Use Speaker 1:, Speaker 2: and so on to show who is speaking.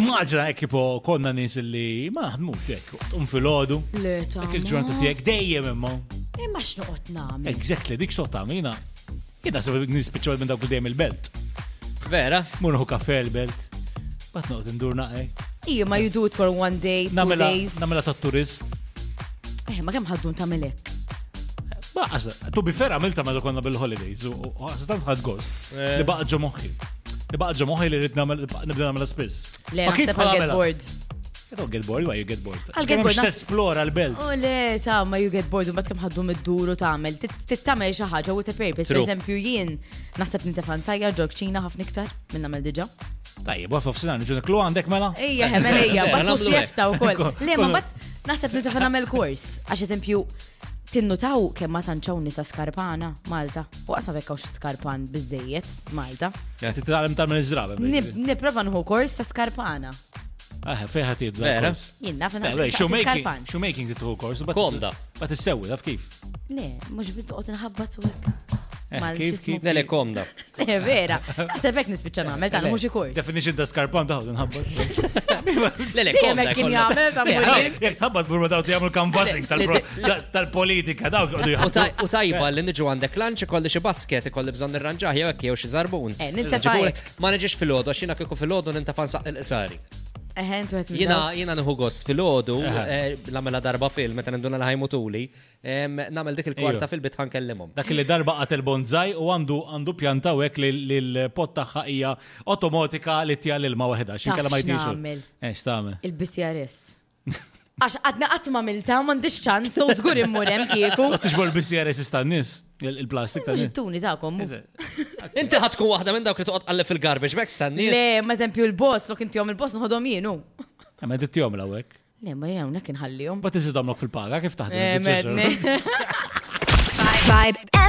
Speaker 1: Maġna ekkipo konna nis li maħdmu fek, un fil-ħodu.
Speaker 2: Le, Eh, ta'
Speaker 1: Dik il-ġurnata
Speaker 2: ma.
Speaker 1: tijek dejjem imma.
Speaker 2: Imma x'noqgħod nagħmel.
Speaker 1: Exactly, dik xtot għamina. Jena sabi nispiċol minn dawk li dejjem il-belt.
Speaker 3: Vera?
Speaker 1: Murħu kafe il-belt. Bat noqt ndur naqek.
Speaker 2: Ija, ma you do it for one day, two
Speaker 1: Namela,
Speaker 2: days.
Speaker 1: namela ta' turist.
Speaker 2: Eh, ma kemm ħaddun tagħmel hekk.
Speaker 1: Ba, għasa, tu bi fer għamilta ma konna bil-holidays. u- u Għasa tant ħad gost.
Speaker 3: Eh.
Speaker 1: Li baqa ġo moħi. Li baqa ġo moħi li rrit namel- nibda namela spiss.
Speaker 2: Le,
Speaker 1: Ma kif
Speaker 2: naħseb għal get
Speaker 1: għamela?
Speaker 2: bored.
Speaker 1: You don't get bored, why you get bored?
Speaker 2: I'll get bored,
Speaker 1: Mux
Speaker 2: nas-
Speaker 1: tesplora l-belt.
Speaker 2: U Oh, le, ta' ma you get bored, u bat kemm ħaddum id-dur u tagħmel. Tit- Tittamel xi ħaġa with a purpose. Per
Speaker 3: True.
Speaker 2: eżempju, jien naħseb nintefan sajja ġog ċina ħafna iktar minn nagħmel diġà.
Speaker 1: Tajjeb, għaf f'sinar nġu niklu għandek mela?
Speaker 2: Ejja, ħemel ejja,
Speaker 3: Eh,
Speaker 2: bat
Speaker 3: nagħmlu
Speaker 2: u siesta u koll.
Speaker 1: Ko-
Speaker 2: Le, ma
Speaker 1: kollu.
Speaker 2: bat naħseb li tafna għamel kors. Għax eżempju, tinnutaw kemm ma tanċaw nisa skarpana, Malta. U għasaf ekkawx skarpan bizzejiet, Malta.
Speaker 1: Ja, titgħallem tal-minn iżraba.
Speaker 2: Nib- Niprofa nħu kors ta' skarpana.
Speaker 1: Ah, fejħa tidda.
Speaker 3: Vera?
Speaker 2: Jien naf
Speaker 3: Mela,
Speaker 1: Le,
Speaker 2: naħseb
Speaker 1: Mela, shoemaking,
Speaker 2: skarpan.
Speaker 1: shoemaking titħu kors. but-
Speaker 3: Komda.
Speaker 1: But issewi, taf kif.
Speaker 2: Le, mux biddu għot nħabbat u għek.
Speaker 1: Eh,
Speaker 2: Mal
Speaker 1: kif-
Speaker 2: ġismu.
Speaker 1: kif- Eh,
Speaker 3: Nele komda.
Speaker 2: Le, Eh, vera. Naħseb ek nispicċa
Speaker 3: Mela,
Speaker 2: namel, ta' mux kors.
Speaker 1: Mela, Definition ta' skarpan taħu, nħabbat.
Speaker 3: Lele
Speaker 2: Xie
Speaker 3: komda.
Speaker 2: hemmhekk kien
Speaker 3: kollha.
Speaker 2: jagħmel,
Speaker 1: Eh,
Speaker 2: ta'
Speaker 3: Le,
Speaker 2: mulli.
Speaker 1: Jek tħabbat burma daw ti għamlu canvassing
Speaker 3: mela. Le-
Speaker 1: tal-pro- tal- tal-politika, daw għoddu
Speaker 3: U
Speaker 1: jħabbat.
Speaker 3: taj- u tajba li nġu għandek lunch ikolli xi basket ikolli bżonn nirranġaħ jew hekk jew xi zarbun.
Speaker 2: Eh, nintefa'
Speaker 3: Ġibu-
Speaker 2: hekk.
Speaker 3: Ma neġiex fil-ħodu għax jiena kieku fil-ħodu nintafa' nsaq il-qsari.
Speaker 2: Mm-hmm. Eħen, tu għet
Speaker 3: Jiena jiena nħu gost fil-ħodu eh, l-għamela darba film meta ninduna li ħajmu tuli em, nagħmel dik il-kwarta
Speaker 1: Ejju.
Speaker 3: fil-bit ħankellimhom.
Speaker 1: Dak li darba qatel bonzaj u għandu għandu pjantaw hekk li li l-pot tagħha hija automatika li tija l-ilma waħda. Xinkella ma
Speaker 2: Taf
Speaker 1: jtixu.
Speaker 2: x'nagħmel.
Speaker 1: Eh, x'tagħmel?
Speaker 2: Il-BCRS. Għax għadna għatma milta, mandiċ ċans, so zgur immurem kieku.
Speaker 1: U tixbol bisjeri sista n-nis, il-plastik ta'
Speaker 2: Mux
Speaker 1: nis.
Speaker 2: it-tuni ta'kom.
Speaker 3: Inti ħadkun waħda minn dawk li toqgħod għallef il-garbage bags tan-nies.
Speaker 2: Le, ma eżempju il-boss, lok inti jom il-boss nħodhom jienu.
Speaker 1: Eh, Ma ditti jom l-għawek.
Speaker 2: Le, ma jena unek
Speaker 1: Eh,
Speaker 2: nħallihom.
Speaker 3: Eh,
Speaker 1: Bat iżid għamlok fil-paga, kif taħdem?
Speaker 2: Eh,
Speaker 1: il-proċessor?
Speaker 2: medni.
Speaker 4: Vibe